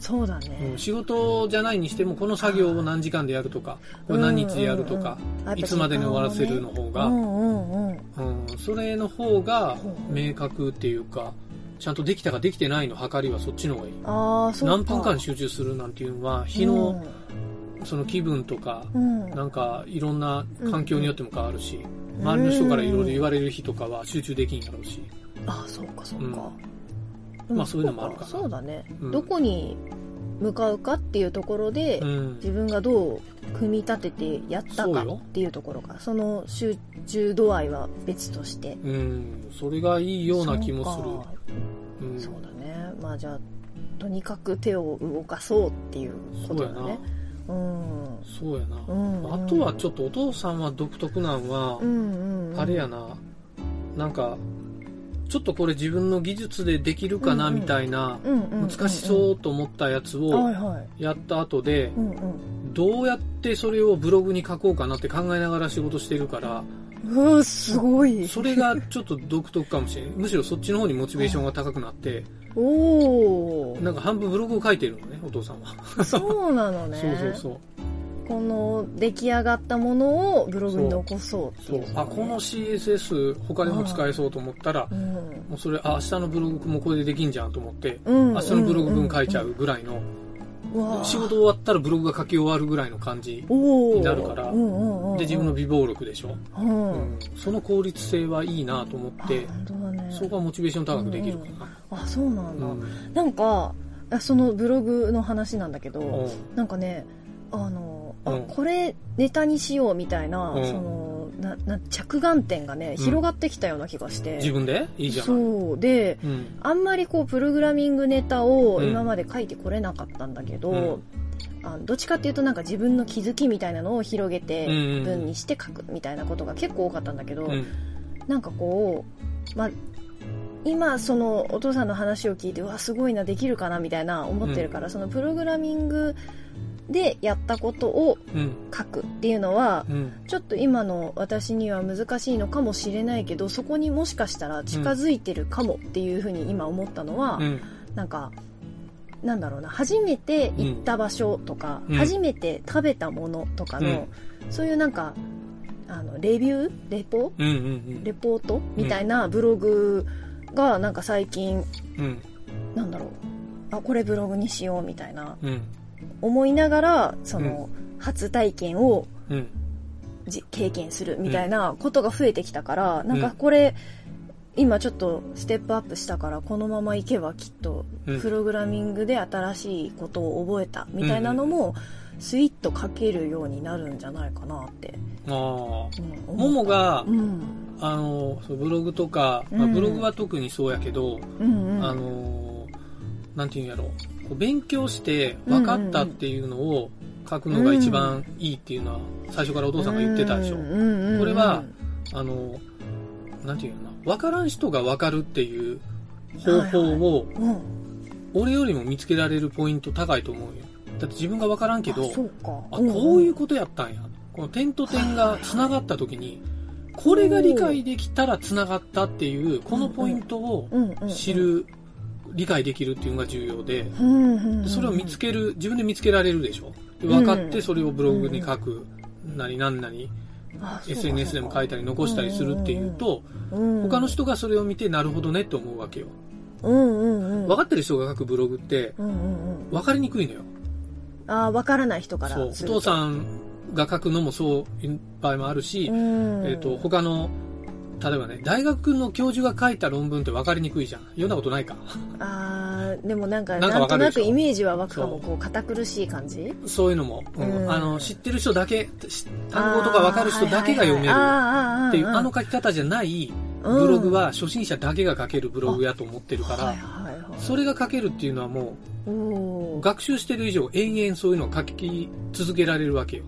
[SPEAKER 3] そうだね、
[SPEAKER 2] うん、仕事じゃないにしても、この作業を何時間でやるとか、これ何日でやるとか、
[SPEAKER 3] あやっぱ
[SPEAKER 2] いつまでに終わらせるの方
[SPEAKER 3] 時間
[SPEAKER 2] が、
[SPEAKER 3] をねうんうんうん
[SPEAKER 2] うん、それの方が
[SPEAKER 3] ほうほう
[SPEAKER 2] 明確っていうか、ちゃんとできたかできてないの測りはそっちの方がいい。
[SPEAKER 3] ああそうか
[SPEAKER 2] 何分間集中するなんていうのは、日の、その気分とか、
[SPEAKER 3] うん、うん
[SPEAKER 2] なんかいろんな環境によっても変わるし、周りの人からいろいろ言われる日とかは集中できんやろうし、
[SPEAKER 3] あそうかそうか、
[SPEAKER 2] うんまあそういうのもあるかな
[SPEAKER 3] そうそうだね、
[SPEAKER 2] うん
[SPEAKER 3] どこに向かうかっていうところで、
[SPEAKER 2] うん、
[SPEAKER 3] 自分がどう組み立ててやった
[SPEAKER 2] そ
[SPEAKER 3] か
[SPEAKER 2] うよ
[SPEAKER 3] っていうところかその集中度合いは別として
[SPEAKER 2] うん、それがいいような気も
[SPEAKER 3] そうか
[SPEAKER 2] する。うん、
[SPEAKER 3] そうだねまあじゃあとにかく手を動かそうっていうこ
[SPEAKER 2] そう
[SPEAKER 3] と
[SPEAKER 2] や
[SPEAKER 3] だ
[SPEAKER 2] な。
[SPEAKER 3] ねうん
[SPEAKER 2] そうやな、
[SPEAKER 3] うんうん
[SPEAKER 2] あとはちょっとお父さんは独特なんは
[SPEAKER 3] う、んうん
[SPEAKER 2] あれやななんかちょっとこれ自分の技術でできるかな
[SPEAKER 3] うんうん
[SPEAKER 2] みたいな、
[SPEAKER 3] うんうんうんうん
[SPEAKER 2] 難しそうと思ったやつ
[SPEAKER 3] は
[SPEAKER 2] を
[SPEAKER 3] いはい
[SPEAKER 2] やった後で、
[SPEAKER 3] うんうん
[SPEAKER 2] どうやってそれをブログに書こうかなって考えながら仕事してるから、
[SPEAKER 3] うわすごい
[SPEAKER 2] それがちょっと独特かもしれない。むしろそっちの方にモチベーションが高くなって、
[SPEAKER 3] おお
[SPEAKER 2] なんか半分ブログを書いてるのね、お父さんは。
[SPEAKER 3] そうなのね
[SPEAKER 2] そうそうそう。
[SPEAKER 3] この出来上がったものをブログに残そうって
[SPEAKER 2] そ
[SPEAKER 3] いうう
[SPEAKER 2] あ、この CSS 他でも使えそうと思ったら、
[SPEAKER 3] うん
[SPEAKER 2] もうそれ、あ、明日のブログもこれでできんじゃんと思って、
[SPEAKER 3] うん
[SPEAKER 2] 明日のブログ分書いちゃうぐらいの、
[SPEAKER 3] うんうんうわ
[SPEAKER 2] 仕事終わったらブログが書き終わるぐらいの感じ。
[SPEAKER 3] おー
[SPEAKER 2] になるか
[SPEAKER 3] う
[SPEAKER 2] ら
[SPEAKER 3] んうんうんうん
[SPEAKER 2] で、自分の備忘録でしょ。
[SPEAKER 3] うん
[SPEAKER 2] うんその効率性はいいなと思
[SPEAKER 3] あ
[SPEAKER 2] って、
[SPEAKER 3] 本当だね
[SPEAKER 2] そこはモチベーション高くできるかな。
[SPEAKER 3] あそうなんだ、
[SPEAKER 2] うん
[SPEAKER 3] なんかあそのブログの話なんだけど、
[SPEAKER 2] うん
[SPEAKER 3] なんかねあのあ、
[SPEAKER 2] うん
[SPEAKER 3] これネタにしようみたいな、
[SPEAKER 2] うん
[SPEAKER 3] そのなな着眼点がね
[SPEAKER 2] うん
[SPEAKER 3] 広がってきたような気がして、
[SPEAKER 2] 自分でいいじゃん。
[SPEAKER 3] そうで
[SPEAKER 2] うん。
[SPEAKER 3] あんまりこうプログラミングネタを
[SPEAKER 2] うん
[SPEAKER 3] 今まで書いてこれなかったんだけど、
[SPEAKER 2] うん
[SPEAKER 3] あのどっちかっていうとなんか自分の気づきみたいなのを広げて
[SPEAKER 2] うんうんうん
[SPEAKER 3] 文にして書くみたいなことが結構多かったんだけど、
[SPEAKER 2] うん。
[SPEAKER 3] なんかこう、まあ、今そのお父さんの話を聞いてうわすごいなできるかなみたいな思ってるから、そのプログラミングでやったことを
[SPEAKER 2] うん。
[SPEAKER 3] 書くっていうのは、
[SPEAKER 2] うん。
[SPEAKER 3] ちょっと今の私には難しいのかもしれないけどそこにもしかしたら近づいてるかもっていうふうに今思ったのは、
[SPEAKER 2] うん。
[SPEAKER 3] なんかなんだろうな初めて行った場所とか、
[SPEAKER 2] うん
[SPEAKER 3] 初めて食べたものとかの、そういうなんかあのレビューレポ
[SPEAKER 2] うんうん
[SPEAKER 3] レポートみたいなブログがなんか最近
[SPEAKER 2] うんうん
[SPEAKER 3] なんだろうあこれブログにしようみたいな
[SPEAKER 2] うん
[SPEAKER 3] 思いながらその、初体験を
[SPEAKER 2] うん
[SPEAKER 3] じ経験するみたいなことが増えてきたから、なんかこれ今ちょっとステップアップしたからこのままいけばきっと
[SPEAKER 2] うん
[SPEAKER 3] プログラミングで新しいことを覚えたみたいなのもスイッと書けるようになるんじゃないかなって、
[SPEAKER 2] ああも
[SPEAKER 3] うん、思った
[SPEAKER 2] も、が
[SPEAKER 3] うん
[SPEAKER 2] あのそうブログとか、
[SPEAKER 3] うん
[SPEAKER 2] まあ、ブログは特にそうやけど、
[SPEAKER 3] うんうん、
[SPEAKER 2] あのなんていうんやろうこう勉強して分かったっていうのを書くのが一番いいっていうのは最初からお
[SPEAKER 3] お
[SPEAKER 2] 父さんが言ってたでしょ、これはあのなんていうんやろな分からん人が分かるっていう方法を
[SPEAKER 3] うん、
[SPEAKER 2] 俺よりも見つけられるポイント高いと思うよだって自分が分からんけど
[SPEAKER 3] あそうか
[SPEAKER 2] あ、こうい
[SPEAKER 3] ん
[SPEAKER 2] うことやったんや。この点と点が繋がった時に、これが理解できたら繋がったっていう、このポイントを
[SPEAKER 3] うんうんうん
[SPEAKER 2] 知る、理解できるっていうのが重要で、
[SPEAKER 3] うんうんうんうん
[SPEAKER 2] でそれを見つける、自分で見つけられるでしょ。で分かってそれをブログに書く、なりなんなり、
[SPEAKER 3] あそうか
[SPEAKER 2] SNS でも書いたり残したりするっていうと、
[SPEAKER 3] うん
[SPEAKER 2] 他の人がそれを見てなるほどねって思うわけよ。
[SPEAKER 3] うんうんうん
[SPEAKER 2] 分かってる人が書くブログって、
[SPEAKER 3] うんうんうん
[SPEAKER 2] 分かりにくいのよ。
[SPEAKER 3] あーわからない人から
[SPEAKER 2] そう。お
[SPEAKER 3] すると
[SPEAKER 2] 父さんが書くのもそういう場合もあるし、
[SPEAKER 3] うん
[SPEAKER 2] えっ、と、他の、例えばね、大学の教授が書いた論文って分かりにくいじゃん。読んだことな いか。
[SPEAKER 3] あーでもなんか
[SPEAKER 2] なんか
[SPEAKER 3] な
[SPEAKER 2] わ
[SPEAKER 3] ん
[SPEAKER 2] か
[SPEAKER 3] と
[SPEAKER 2] るで
[SPEAKER 3] な
[SPEAKER 2] しょ
[SPEAKER 3] くイメージは湧くかも
[SPEAKER 2] そ
[SPEAKER 3] こう堅苦しい感じ
[SPEAKER 2] そういうのも、うん
[SPEAKER 3] うん
[SPEAKER 2] あの、知ってる人だけ、し単語とか分かる人だけが読める
[SPEAKER 3] っ
[SPEAKER 2] っていう、あの書き方じゃないブログは初心者だけが書けるブログやと思ってるか
[SPEAKER 3] はい
[SPEAKER 2] ら、
[SPEAKER 3] はいはい
[SPEAKER 2] それが書けるっていうのはも
[SPEAKER 3] お
[SPEAKER 2] う、
[SPEAKER 3] ー
[SPEAKER 2] 学習してる以上、延々そういうのを書き続けられるわけよ。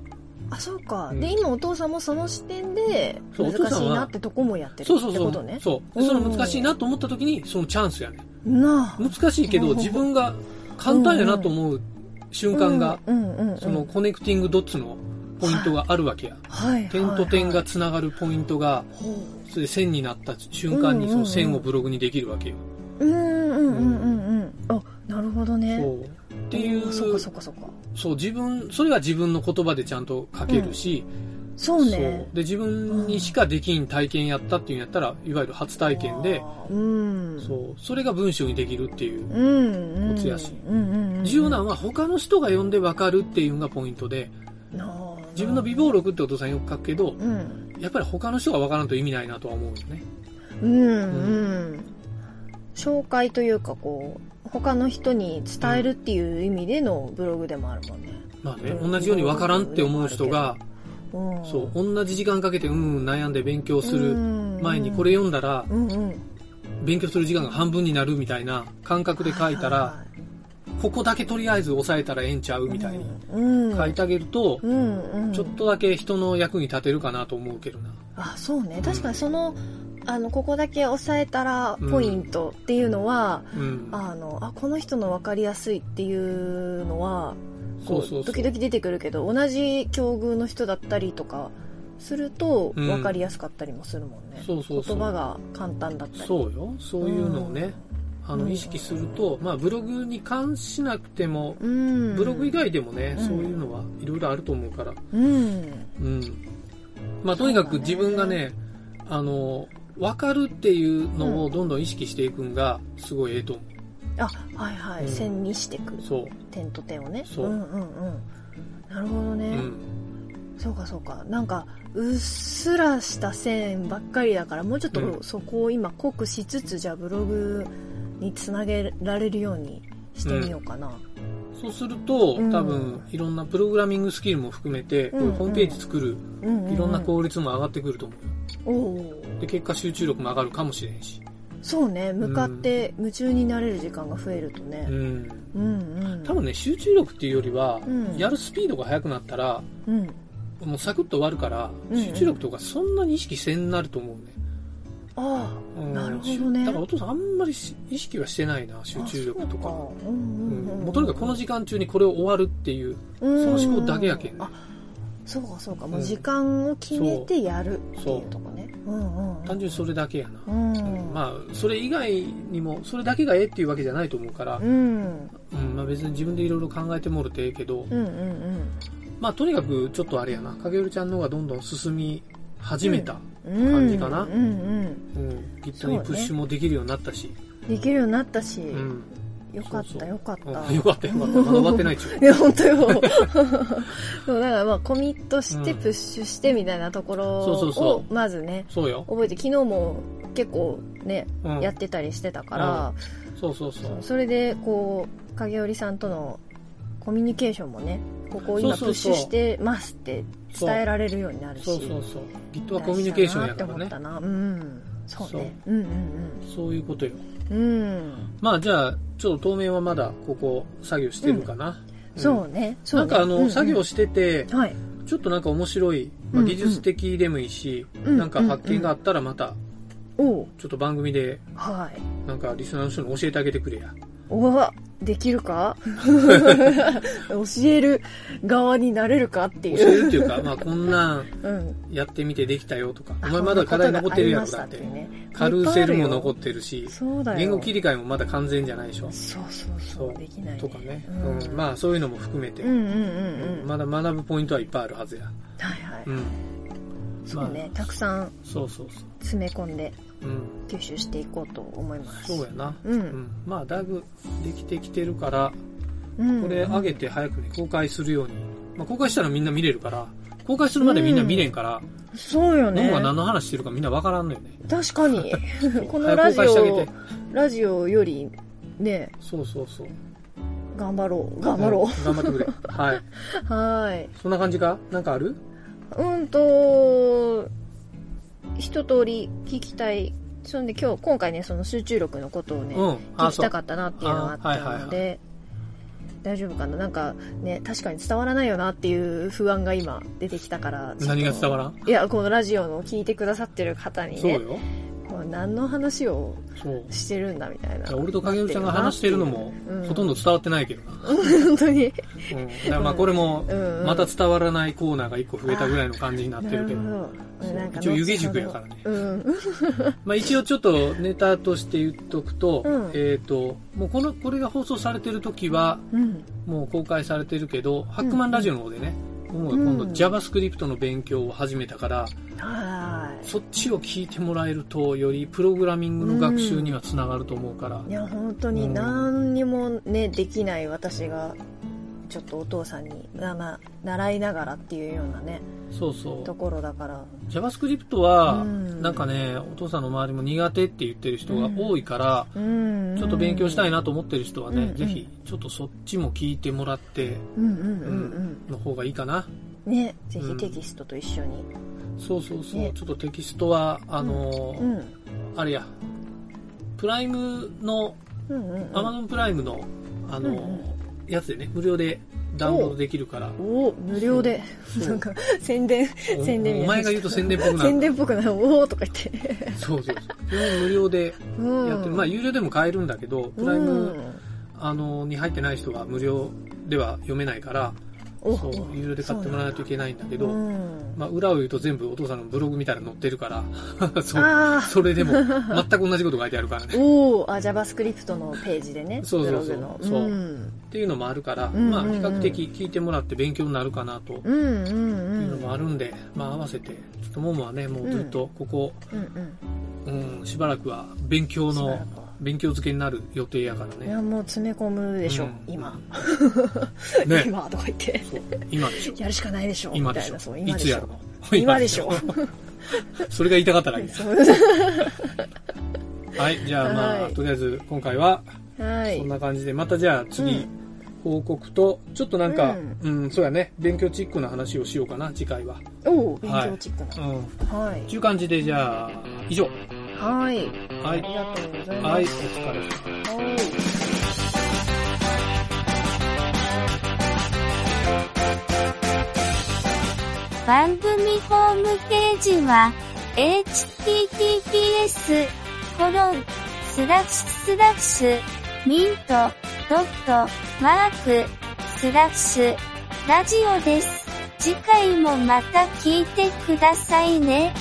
[SPEAKER 3] あそうか
[SPEAKER 2] うん
[SPEAKER 3] で今お父さんもその視点で
[SPEAKER 2] そうお父
[SPEAKER 3] 難
[SPEAKER 2] さんは
[SPEAKER 3] しいなってとこもやってる
[SPEAKER 2] そうそう
[SPEAKER 3] って
[SPEAKER 2] そ
[SPEAKER 3] こと
[SPEAKER 2] う
[SPEAKER 3] ね。
[SPEAKER 2] そう。でその難しいなと思った時に、そのチャンスやね。
[SPEAKER 3] なあ
[SPEAKER 2] 難しいけど、自分が簡単やなと思う瞬間が
[SPEAKER 3] うんうんうんうん
[SPEAKER 2] そのコネクティングドッツのポイントがあるわけや。
[SPEAKER 3] はいはい
[SPEAKER 2] 点と点がつながるポイントが、
[SPEAKER 3] ほう
[SPEAKER 2] それで線になった瞬間にその線をブログにできるわけよ。
[SPEAKER 3] うんうんうんうんうんあなるほどね
[SPEAKER 2] そう。ってい
[SPEAKER 3] おー
[SPEAKER 2] う、
[SPEAKER 3] そうかそうかそうか
[SPEAKER 2] そう、自分、それは自分の言葉でちゃんと書けるし、
[SPEAKER 3] そうね
[SPEAKER 2] で、自分にしかできん体験やったっていうんやったら、いわゆる初体験で、
[SPEAKER 3] うん
[SPEAKER 2] そう、それが文章にできるっていう。
[SPEAKER 3] うんうん
[SPEAKER 2] コツやし
[SPEAKER 3] うんうんうん
[SPEAKER 2] 重要なのは他の人が読んでわかるっていうのがポイントで、
[SPEAKER 3] なあ
[SPEAKER 2] 自分の備忘録ってお父さんよく書くけど、
[SPEAKER 3] うん
[SPEAKER 2] やっぱり他の人がわからんと意味ないなとは思うよね。
[SPEAKER 3] うんうん紹介というかこう他の人に伝えるっていう意味でのブログでもあるもんね
[SPEAKER 2] まあね、
[SPEAKER 3] うん
[SPEAKER 2] 同じように分からんって思う人が、
[SPEAKER 3] うん
[SPEAKER 2] そう、同じ時間かけてうんうん悩んで勉強する前にこれ
[SPEAKER 3] よ
[SPEAKER 2] 読んだら、
[SPEAKER 3] うんうん
[SPEAKER 2] 勉強する時間が半分になるみたいな感覚で書いたら、
[SPEAKER 3] は
[SPEAKER 2] ここだけとりあえず抑えたらええんちゃうみたいに
[SPEAKER 3] うん
[SPEAKER 2] 書いてあげると、
[SPEAKER 3] うんうん
[SPEAKER 2] ちょっとだけ人の役に立てるかなと思うけどな。
[SPEAKER 3] あそうね確かにその,、あのここだけ押さえたらポイントっていうのは、
[SPEAKER 2] うん。
[SPEAKER 3] あのあこの人の分かりやすいっていうのは
[SPEAKER 2] そ
[SPEAKER 3] こ
[SPEAKER 2] うそうそう。
[SPEAKER 3] 時々出てくるけど同じ境遇の人だったりとかすると
[SPEAKER 2] うん
[SPEAKER 3] 分かりやすかったりもするもんね、
[SPEAKER 2] そうそうそう
[SPEAKER 3] 言葉が簡単だったり
[SPEAKER 2] そうよ。そういうのをね、あ
[SPEAKER 3] う
[SPEAKER 2] の、
[SPEAKER 3] ん
[SPEAKER 2] 意識すると、まあ、ブログに関しなくても、
[SPEAKER 3] うん、
[SPEAKER 2] ブログ以外でもね、
[SPEAKER 3] うん
[SPEAKER 2] そういうのはいろいろあると思うから。
[SPEAKER 3] うん
[SPEAKER 2] うん。まあ、とにか
[SPEAKER 3] そ
[SPEAKER 2] く
[SPEAKER 3] うだね
[SPEAKER 2] 自分がね、あの、わかるっていう
[SPEAKER 3] う
[SPEAKER 2] のをどんどん意識していくんが、すごいええと思
[SPEAKER 3] あはいはい、
[SPEAKER 2] うん
[SPEAKER 3] 線にしていく
[SPEAKER 2] う。そ
[SPEAKER 3] 点と点をね
[SPEAKER 2] そうん
[SPEAKER 3] うんうんなるほどね、
[SPEAKER 2] う。うん。
[SPEAKER 3] そうかそうかなんかうっすらした線ばっかりだからもうちょっ
[SPEAKER 2] う
[SPEAKER 3] とそこを今濃くしつつじゃあブログにつなげられるようにしてみようかな、
[SPEAKER 2] そうすると、
[SPEAKER 3] うん
[SPEAKER 2] 多分、いろんなプログラミングスキルも含めて、こういうホームページ作る、
[SPEAKER 3] うんうんうん
[SPEAKER 2] いろんな効率も上がってくると思うよ。
[SPEAKER 3] おお
[SPEAKER 2] で、結果集中力も上がるかもしれんし。
[SPEAKER 3] そうね向かって夢中になれる時間が増えると
[SPEAKER 2] う
[SPEAKER 3] ね、
[SPEAKER 2] ん。
[SPEAKER 3] うん、うん
[SPEAKER 2] 多分ね、集中力っていうよりは、
[SPEAKER 3] うん
[SPEAKER 2] やるスピードが速くなったら、
[SPEAKER 3] うん
[SPEAKER 2] もうサクッと終わるから、
[SPEAKER 3] うんうん
[SPEAKER 2] 集中力とかそんなに意識せんなると思うね。
[SPEAKER 3] あ
[SPEAKER 2] うん
[SPEAKER 3] なるほどね
[SPEAKER 2] だからお父さんあんまりし意識はしてないな、集
[SPEAKER 3] あ
[SPEAKER 2] 中力とか。
[SPEAKER 3] そうかうん
[SPEAKER 2] う
[SPEAKER 3] うん
[SPEAKER 2] ん
[SPEAKER 3] うん
[SPEAKER 2] もうとにかくこの時間中にこれを終わるっていう、
[SPEAKER 3] そ
[SPEAKER 2] その思考だけやけんね
[SPEAKER 3] あそうかそうかもう時間を決めてやるっていうとこねうんうん
[SPEAKER 2] 単純にそれだけやな。
[SPEAKER 3] うん
[SPEAKER 2] まあ、それ以外にも、それだけがええっていうわけじゃないと思うから
[SPEAKER 3] う、ん
[SPEAKER 2] うん、まあ別に自分でいろいろ考えてもろてええけど、
[SPEAKER 3] うんうん
[SPEAKER 2] まあとにかくちょっとあれやな、影るちゃんの方がどんどん進み始めた。
[SPEAKER 3] うん
[SPEAKER 2] 感じかな
[SPEAKER 3] うんうん
[SPEAKER 2] うん。Git にプッシュもできるようになったし。
[SPEAKER 3] できるようになったし、
[SPEAKER 2] うん。
[SPEAKER 3] よかっ
[SPEAKER 2] そうそ
[SPEAKER 3] た
[SPEAKER 2] う
[SPEAKER 3] よかった
[SPEAKER 2] うんよかったよかった。まだ終わってないっち ゅ
[SPEAKER 3] い
[SPEAKER 2] う
[SPEAKER 3] や本当よそうだからまあコミットしてプッシュしてみたいなところ
[SPEAKER 2] そうそう
[SPEAKER 3] を
[SPEAKER 2] そ
[SPEAKER 3] まずね
[SPEAKER 2] そうよ。
[SPEAKER 3] 覚えて昨日も結構ね、
[SPEAKER 2] うん。
[SPEAKER 3] やってたりしてたから、
[SPEAKER 2] そうそうそう。
[SPEAKER 3] それでこう影織さんとのコミュニケーションもねここを今プ
[SPEAKER 2] そう
[SPEAKER 3] ッ
[SPEAKER 2] そ
[SPEAKER 3] シ
[SPEAKER 2] うそう
[SPEAKER 3] ュしてますって伝えられるようになるし
[SPEAKER 2] そうそうそう。Git はコミュニケーションやから
[SPEAKER 3] 大事
[SPEAKER 2] ね
[SPEAKER 3] だ。なって思ったなうんそうねうんうん
[SPEAKER 2] そういうことよ。
[SPEAKER 3] うんうん
[SPEAKER 2] まあじゃあ、ちょっと当面はまだここ作業してるかな。ん
[SPEAKER 3] そうねそうね
[SPEAKER 2] なんかあの、
[SPEAKER 3] うう
[SPEAKER 2] 作業してて、
[SPEAKER 3] はい
[SPEAKER 2] ちょっとなんか面白い、まあ、
[SPEAKER 3] うん
[SPEAKER 2] 技術的でもいいし、
[SPEAKER 3] うん
[SPEAKER 2] なんか発見があったらまた、
[SPEAKER 3] おう
[SPEAKER 2] ちょっと番組で、
[SPEAKER 3] はい
[SPEAKER 2] なんかリスナーの人に教えてあげてくれや。
[SPEAKER 3] おわできる か教える側になれるかって
[SPEAKER 2] 教
[SPEAKER 3] い
[SPEAKER 2] え
[SPEAKER 3] う、
[SPEAKER 2] るっ ていうか、まあこんなん
[SPEAKER 3] うん、
[SPEAKER 2] やってみてできたよとか、お
[SPEAKER 3] あ
[SPEAKER 2] 前まだ課題残ってるやろ
[SPEAKER 3] こん
[SPEAKER 2] だ
[SPEAKER 3] な
[SPEAKER 2] っ
[SPEAKER 3] こと
[SPEAKER 2] て
[SPEAKER 3] が。ありましたってね
[SPEAKER 2] カルーセルも残
[SPEAKER 3] いっぱいあるよ
[SPEAKER 2] ってるし、
[SPEAKER 3] そうだよ
[SPEAKER 2] 言語切り替えもまだ完全じゃないでしょ。
[SPEAKER 3] そうそうそう
[SPEAKER 2] そう
[SPEAKER 3] できない、ね、
[SPEAKER 2] とかね。
[SPEAKER 3] うん
[SPEAKER 2] うん、まあそういうのも含めて、
[SPEAKER 3] うんうんうんうん、
[SPEAKER 2] まだ学ぶポイントはいっぱいあるはずや。
[SPEAKER 3] はいはい、
[SPEAKER 2] うん。
[SPEAKER 3] そうね、たくさん
[SPEAKER 2] そうそうそ
[SPEAKER 3] 詰め込んで
[SPEAKER 2] う。うん。
[SPEAKER 3] 吸収していこうと思います
[SPEAKER 2] そうやな。
[SPEAKER 3] うん
[SPEAKER 2] うん。まあだいぶできてきてるから、
[SPEAKER 3] うん
[SPEAKER 2] これ上げて早くね、公開するように。まあ公開したらみんな見れるから、公開するまでみんな見れんから、
[SPEAKER 3] そうよね
[SPEAKER 2] 脳が何の話してるかみんなわからんのよね。
[SPEAKER 3] 確か にこの
[SPEAKER 2] 早く
[SPEAKER 3] ラジ
[SPEAKER 2] 公開してあげ
[SPEAKER 3] オ
[SPEAKER 2] て。
[SPEAKER 3] ラジオよりね
[SPEAKER 2] そうそうそう。
[SPEAKER 3] 頑張ろう頑張ろ
[SPEAKER 2] うん頑張ってくれ。はい。
[SPEAKER 3] う、はーい
[SPEAKER 2] そんな感じかなんかある
[SPEAKER 3] うんと一通り聞きたいそんで今日今回ねその集中力のことをね、
[SPEAKER 2] うん。
[SPEAKER 3] 聞きた
[SPEAKER 2] う。
[SPEAKER 3] かったなっていうのがあったので、
[SPEAKER 2] あはい
[SPEAKER 3] 大丈夫かななんかね確かに伝わらないよなっていう不安が今出てきたから
[SPEAKER 2] 何が伝わ
[SPEAKER 3] ら
[SPEAKER 2] らん
[SPEAKER 3] いやこのラジオの聞いてくださってる方に
[SPEAKER 2] そう
[SPEAKER 3] ね
[SPEAKER 2] よ。
[SPEAKER 3] こう何の話を
[SPEAKER 2] そう。
[SPEAKER 3] してるんだみたいな
[SPEAKER 2] 俺と影尾ちゃんが話してるのも
[SPEAKER 3] うん、
[SPEAKER 2] ほとんど伝わってないけどな。
[SPEAKER 3] 本当に
[SPEAKER 2] うん。だからまあこれも、
[SPEAKER 3] うん
[SPEAKER 2] また伝わらないコーナーが一個増えたぐらいの感じになってるけど。
[SPEAKER 3] な
[SPEAKER 2] そ
[SPEAKER 3] るほど
[SPEAKER 2] う
[SPEAKER 3] なんか
[SPEAKER 2] 一応湯気塾やからね。
[SPEAKER 3] うん
[SPEAKER 2] まあ一応ちょっとネタとして言っとくと、
[SPEAKER 3] うん
[SPEAKER 2] えっ、と、もうこの、これが放送されてる時は、
[SPEAKER 3] うん
[SPEAKER 2] もう公開されてるけど、ハックマンラジオの方でね、もう今度
[SPEAKER 3] うん
[SPEAKER 2] JavaScript の勉強を始めたから、
[SPEAKER 3] はー
[SPEAKER 2] そっちを聞いてもらえると、よりプログラミングの学習にはつながると思うから、
[SPEAKER 3] いいや本当に何にもねできない私がちょっとお父さんになな習いながらっていうようなね
[SPEAKER 2] そうそ
[SPEAKER 3] ところだから
[SPEAKER 2] う。JavaScript は、
[SPEAKER 3] うん
[SPEAKER 2] なんかね、お父さんの周りも苦手って言ってる人が多いから、
[SPEAKER 3] うん
[SPEAKER 2] ちょっと勉強したい
[SPEAKER 3] な
[SPEAKER 2] なと思ってる人はね、
[SPEAKER 3] うん
[SPEAKER 2] ぜひ、ちょっとそっちも聞いてもらって
[SPEAKER 3] うんうんうん
[SPEAKER 2] の方がいいかな。
[SPEAKER 3] うんねぜ
[SPEAKER 2] う
[SPEAKER 3] ひ
[SPEAKER 2] ん
[SPEAKER 3] テキストと一緒に
[SPEAKER 2] そうそうそう。
[SPEAKER 3] ね
[SPEAKER 2] ちょっとテキストは、あのー
[SPEAKER 3] うん
[SPEAKER 2] あれや、プライムの、
[SPEAKER 3] うんうんうん
[SPEAKER 2] Amazon プライムの、あの、
[SPEAKER 3] うんうん
[SPEAKER 2] やつでね、無料でダウンロードできるから、
[SPEAKER 3] おお無料で
[SPEAKER 2] そう
[SPEAKER 3] なんか宣伝
[SPEAKER 2] お
[SPEAKER 3] 宣伝みたいな
[SPEAKER 2] お前が言うと宣伝っぽくな る
[SPEAKER 3] 宣伝っぽくないおおとか言って
[SPEAKER 2] そうそうそう。基本無料で
[SPEAKER 3] うん
[SPEAKER 2] やってる。まあ、有料でも買えるんだけど、プライ
[SPEAKER 3] う
[SPEAKER 2] ム、
[SPEAKER 3] ん
[SPEAKER 2] あの、に入ってない人が無料では読めないから、
[SPEAKER 3] お
[SPEAKER 2] そう、有料で買ってもらわないといけないんだけ
[SPEAKER 3] う
[SPEAKER 2] ど、
[SPEAKER 3] ん
[SPEAKER 2] まあ、裏を言うと全部お父さんのブログみたいなの載ってるから、 そう、
[SPEAKER 3] ああ
[SPEAKER 2] それでも、全く同じこと書いてあるからね。
[SPEAKER 3] おおあ JavaScript のページでね
[SPEAKER 2] そうそうそう
[SPEAKER 3] ブログの
[SPEAKER 2] そうんっていうのもあるから、
[SPEAKER 3] うんうんうん
[SPEAKER 2] まあ、比較的聞いてもらって勉強になるかなと。いう
[SPEAKER 3] うんうんうん
[SPEAKER 2] のもあるんで、まあ合わせて、ちょっとももはね、もうずっとここ、
[SPEAKER 3] うんうん
[SPEAKER 2] うん、しばらくは勉強
[SPEAKER 3] しばら
[SPEAKER 2] の
[SPEAKER 3] くは、
[SPEAKER 2] 勉強漬けになる予定やから
[SPEAKER 3] い
[SPEAKER 2] ね。
[SPEAKER 3] やもう詰め込むでしょ、
[SPEAKER 2] うん
[SPEAKER 3] 今、
[SPEAKER 2] ね
[SPEAKER 3] 今とか言って
[SPEAKER 2] そう、今でしょ。
[SPEAKER 3] やるしかないでしょ
[SPEAKER 2] 今で
[SPEAKER 3] みた
[SPEAKER 2] し
[SPEAKER 3] い
[SPEAKER 2] ょ
[SPEAKER 3] な。そう
[SPEAKER 2] い
[SPEAKER 3] 今で
[SPEAKER 2] つ
[SPEAKER 3] し
[SPEAKER 2] やる
[SPEAKER 3] ょ
[SPEAKER 2] の
[SPEAKER 3] 今でしょ
[SPEAKER 2] それが言いたかったらいいです。
[SPEAKER 3] そう
[SPEAKER 2] はい、じゃあまあ、
[SPEAKER 3] はい
[SPEAKER 2] とりあえず今回は
[SPEAKER 3] はい
[SPEAKER 2] そんな感じで、またじゃあ次、
[SPEAKER 3] うん
[SPEAKER 2] 報告と、ちょっとなんか、
[SPEAKER 3] う
[SPEAKER 2] うん、そうやね、勉強チックな話をしようかな、次回は。
[SPEAKER 3] おお勉強チック
[SPEAKER 2] う
[SPEAKER 3] な、
[SPEAKER 2] ん。っ
[SPEAKER 3] はい
[SPEAKER 2] ていう感じで、じゃあ、以上。
[SPEAKER 3] はい、
[SPEAKER 2] は
[SPEAKER 3] あ
[SPEAKER 2] い。
[SPEAKER 3] りがとうございます、
[SPEAKER 2] はい、お疲れ様。
[SPEAKER 3] はい
[SPEAKER 4] 番組ホームページは https コロンスラッシュスラッシュミントドットマークスラッシュラジオです。次回もまた聞いてくださいね。